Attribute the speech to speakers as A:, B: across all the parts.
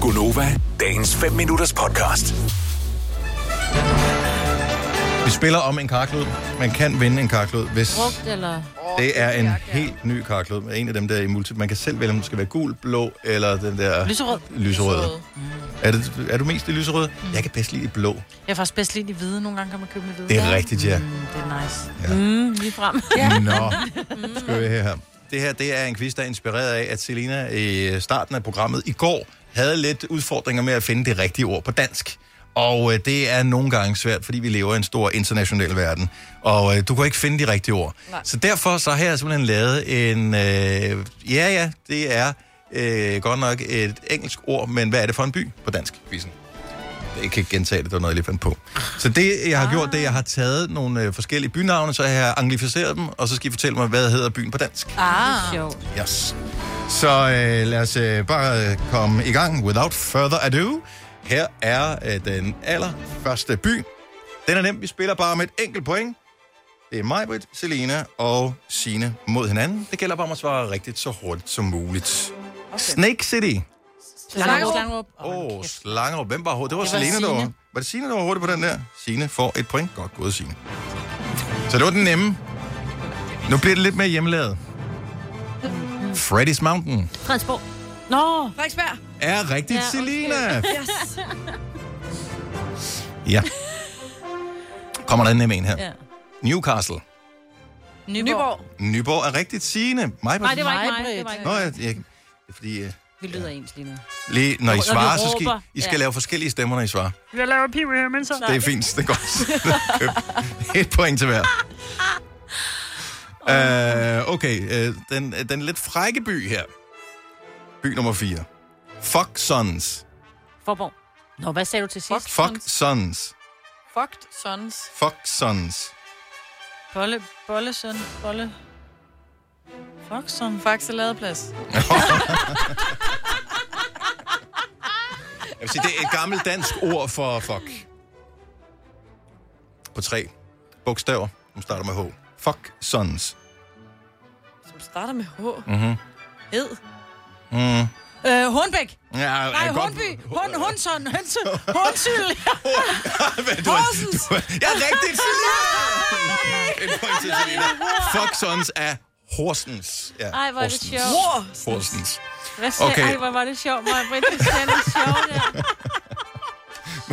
A: Gunova, dagens 5 minutters podcast.
B: Vi spiller om en karklud. Man kan vinde en karklud, hvis
C: Brugt eller...
B: det er en helt ny karklud. En af dem der i multi. Man kan selv vælge, om den skal være gul, blå eller den der...
C: Lyserød.
B: Lyserød. Mm. Er, det, er du mest i lyserød? Jeg kan bedst lide i blå.
C: Jeg er faktisk bedst lige i hvide. Nogle gange kan man købe med hvide.
B: Det er rigtigt, ja.
C: Mm, det er nice.
B: Ja.
C: Ja. Mm, lige frem.
B: Ja. Nå, skal vi her. Det her det er en quiz, der er inspireret af, at Selina i starten af programmet i går havde lidt udfordringer med at finde det rigtige ord på dansk. Og øh, det er nogle gange svært, fordi vi lever i en stor international verden. Og øh, du kan ikke finde de rigtige ord. Nej. Så derfor så har jeg simpelthen lavet en... Øh, ja, ja, det er øh, godt nok et engelsk ord, men hvad er det for en by på dansk? Quizzen jeg kan ikke gentage det, det var noget, jeg lige fandt på. Så det, jeg har gjort, det er, jeg har taget nogle øh, forskellige bynavne, så jeg har anglificeret dem, og så skal I fortælle mig, hvad hedder byen på dansk.
C: Ah. Sjovt.
B: Yes. Så øh, lad os øh, bare øh, komme i gang, without further ado. Her er øh, den allerførste by. Den er nem, vi spiller bare med et enkelt point. Det er Majbrit, Selena og Sine mod hinanden. Det gælder bare om at svare rigtigt så hurtigt som muligt. Okay. Snake City.
C: Slangerup. Slangerup.
B: Åh, oh, Slangerup. Hvem var hurtig? Det var,
C: Det
B: det var
C: var
B: Selena, der var.
C: Signe.
B: Var det Signe, der var hurtig på den der? Signe får et point. Godt gået, Signe. Så det var den nemme. Nu bliver det lidt mere hjemmelavet. Freddy's Mountain
C: Fredensborg. Nå,
D: Frederiksberg.
B: er rigtigt, ja,
C: Ja,
B: Selena.
D: Yes.
B: Ja. Kommer der en nem en her.
C: Ja.
B: Newcastle.
C: Nyborg.
D: Nyborg.
B: Nyborg er rigtigt, Signe. Mig
C: Nej, det var ikke mig. Det var ikke
B: Nå,
C: mig.
B: jeg, jeg, det er fordi, øh,
C: Vi lyder ens lige nu.
B: lige når I
C: Når vi
B: svarer, så skal
C: råber.
B: I, I skal
C: Ja.
B: lave forskellige stemmer, når I svarer.
C: Jeg laver Pee Wee Hermansen.
B: Det er fint, det er godt. Et point til hver. Uh, okay, uh, den, den lidt frække by her. By nummer 4. Fuck Sons.
C: Forborg. Nå, hvad sagde du til sidst?
B: Fuck Sons.
D: Fucked Sons.
B: Fuck Sons.
D: Bolle, Bollesøn. Bolle. Fuck Son. Faxe Ladeplads.
B: Jeg vil sige, det er et gammelt dansk ord for fuck. På tre bogstaver, som starter med H. Fuck Sons.
D: Som starter med H. Mhm. Ed.
B: Mm.
D: Øh, Hornbæk.
B: Ja,
C: Øh,
D: Nej,
B: godt-
D: Hornby. Hund, Hundson. Hønse. Hundsyl.
B: Hvad, du,
D: Horsens.
B: du, ja, rigtigt, Selina! En point til Selina. Fuck Sons af Horsens. Ja,
C: Ej, hvor er det
B: Horsens.
C: sjovt.
D: Bror.
B: Horsens.
C: Hvad sagde
B: Okay.
C: okay. Ej, hvor var det sjovt. Hvor var det sjovt der.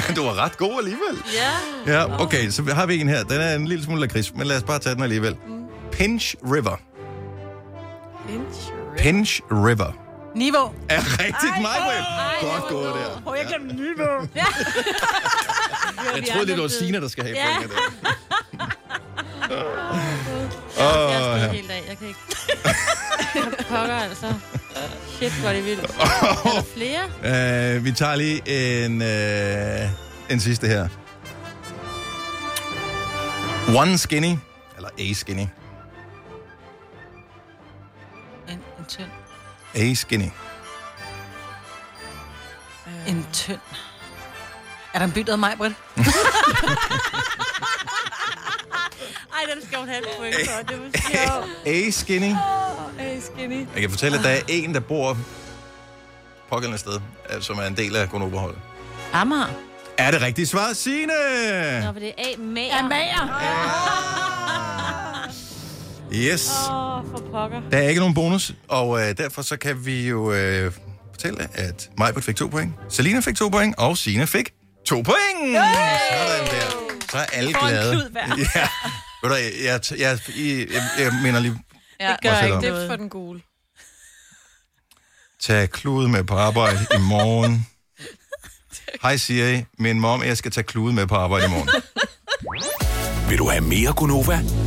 B: Men du var ret god alligevel.
C: Ja.
B: Ja, okay, så har vi en her. Den er en lille smule lakrids, men lad os bare tage den alligevel.
C: Mm.
B: Pinch River. Pinch River.
D: Niveau.
B: Er rigtigt, mig, Godt gået der.
D: Åh, jeg glemte Niveau.
B: Jeg troede, det var Sina, der skal have
C: Ja.
B: pointet.
C: Jeg skal ikke helt af. Jeg kan ikke. Jeg pokker altså. Shit, hvor er det vildt. Er der flere?
B: Øh, vi tager lige en, øh, en sidste her. One skinny, eller a skinny.
D: En, en tynd.
B: A skinny.
D: En tynd. Er der en by, der mig, Britt?
C: Ej, den skal hun have et point for. Det var sjovt.
B: A skinny.
D: Hey, skinny.
B: Jeg kan fortælle, at der er en, der bor pågældende sted, øh, som er en del af Gunnova-holdet.
C: Amager.
B: Er det rigtigt svar, Signe?
C: Nå, for det er A. Mager. Ja, Mager.
B: Yes.
C: Åh, for pokker.
B: Der er ikke nogen bonus, og øh, derfor så kan vi jo øh, fortælle, at Majbert fik to point, Selina fik to point, og Sina fik to point! Yay! Sådan der. Så er alle
C: får en
B: glade.
C: klud hver.
B: Ja. Ved du, jeg, jeg, jeg, jeg, jeg, jeg mener lige,
D: Ja, det
B: gør Mig selv ikke om.
D: Det
C: noget.
D: for den gule.
B: tag klude med på arbejde i morgen. Hej Siri, min mom, jeg skal tage klude med på arbejde i morgen.
A: Vil du have mere Gunova?